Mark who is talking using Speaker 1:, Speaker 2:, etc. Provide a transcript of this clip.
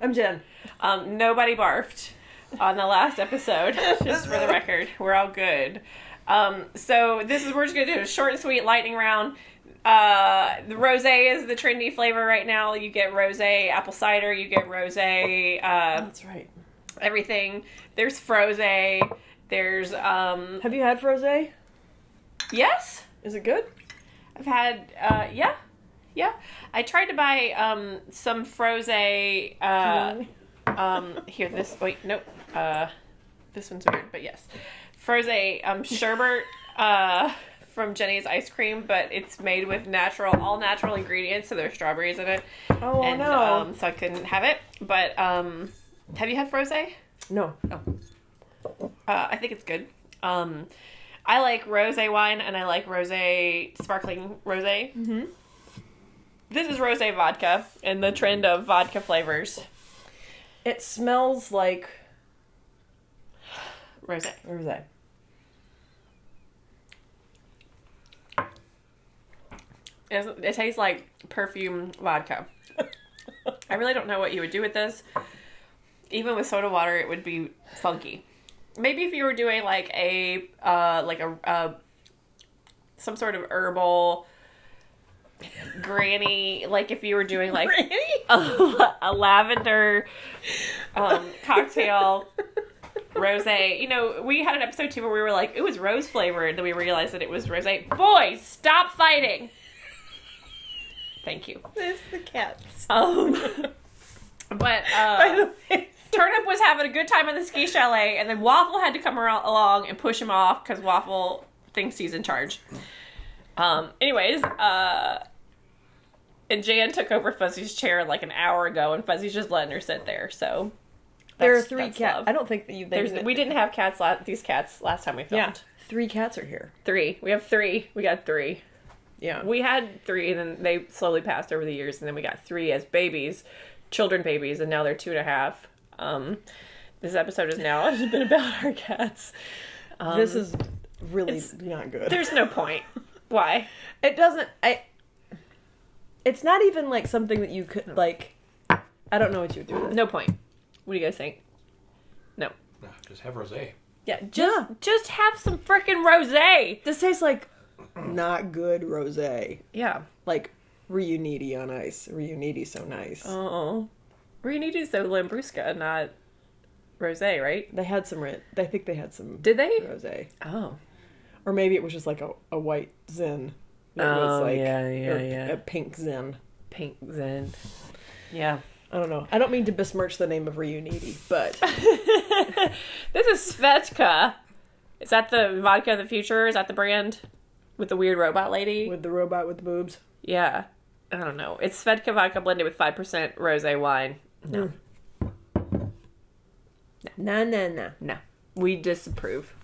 Speaker 1: I'm Jen.
Speaker 2: Um, nobody barfed on the last episode, just for the record. We're all good. Um, so this is we're just gonna do a short, and sweet lightning round. Uh, the rosé is the trendy flavor right now. You get rosé apple cider. You get rosé uh,
Speaker 1: That's right.
Speaker 2: everything. There's froze. There's um,
Speaker 1: Have you had frosé?
Speaker 2: yes.
Speaker 1: Is it good?
Speaker 2: I've had uh, yeah, yeah. I tried to buy um, some froze.
Speaker 1: Mm-hmm.
Speaker 2: Uh, um here this wait no uh this one's weird but yes froze um sherbet uh from jenny's ice cream but it's made with natural all natural ingredients so there's strawberries in it
Speaker 1: oh
Speaker 2: and
Speaker 1: no,
Speaker 2: um so i couldn't have it but um have you had froze uh
Speaker 1: no.
Speaker 2: i think it's good um i like rose wine and i like rose sparkling rose
Speaker 1: Mm-hmm.
Speaker 2: this is rose vodka and the trend of vodka flavors
Speaker 1: It smells like
Speaker 2: rose
Speaker 1: where was I?
Speaker 2: It, it tastes like perfume vodka. I really don't know what you would do with this. Even with soda water, it would be funky. Maybe if you were doing like a uh, like a uh, some sort of herbal granny, like if you were doing like a, la- a lavender um, cocktail rose. You know, we had an episode too where we were like, it was rose flavored, and then we realized that it was rose. Boys, stop fighting. Thank you.
Speaker 1: There's the cats.
Speaker 2: Um, but
Speaker 1: By
Speaker 2: uh,
Speaker 1: the way,
Speaker 2: Turnip was having a good time in the ski chalet, and then Waffle had to come around, along and push him off because Waffle thinks he's in charge. Um, anyways, uh, and Jan took over Fuzzy's chair like an hour ago, and Fuzzy's just letting her sit there. So
Speaker 1: there are
Speaker 2: that's-
Speaker 1: three
Speaker 2: that's
Speaker 1: cats.
Speaker 2: love.
Speaker 1: I don't think that you. they-
Speaker 2: There's, we didn't have cats. La- these cats last time we filmed.
Speaker 1: Yeah, three cats are here.
Speaker 2: Three. We have three. We got three.
Speaker 1: Yeah.
Speaker 2: We had three, and then they slowly passed over the years, and then we got three as babies, children babies, and now they're two and a half. Um, this episode is now has been about our cats.
Speaker 1: this is really not good.
Speaker 2: Um, There's no point. Why?
Speaker 1: It doesn't. I. It's not even like something that you could like. I don't know what you would do. With it.
Speaker 2: No point. What do you guys think? No.
Speaker 3: No, just have rosé.
Speaker 2: Yeah. Just
Speaker 1: Yeah.
Speaker 2: just have some freaking rosé.
Speaker 1: This tastes like not good rosé.
Speaker 2: Yeah.
Speaker 1: Like Reuniti on ice. Reuniti so nice.
Speaker 2: Oh. We need to so Lambrusca, not rosé, right?
Speaker 1: They had some. Re- I think they had some
Speaker 2: Did they?
Speaker 1: rosé,
Speaker 2: Oh.
Speaker 1: or maybe it was just like a, a white zin. It was
Speaker 2: Oh,
Speaker 1: like
Speaker 2: yeah, yeah,
Speaker 1: or
Speaker 2: yeah.
Speaker 1: a pink zin.
Speaker 2: Pink Zen. Yeah.
Speaker 1: I don't know. I don't mean to besmirch the name of Reuniti, but
Speaker 2: This is Svetka. Is that the vodka of the future? Is that the brand with the weird robot lady?
Speaker 1: with the robot with the boobs.
Speaker 2: yeah. I don't know. It's Svetka vodka blended with 5% rosé wine. No.
Speaker 1: Nah, nah, nah.
Speaker 2: No. We disapprove.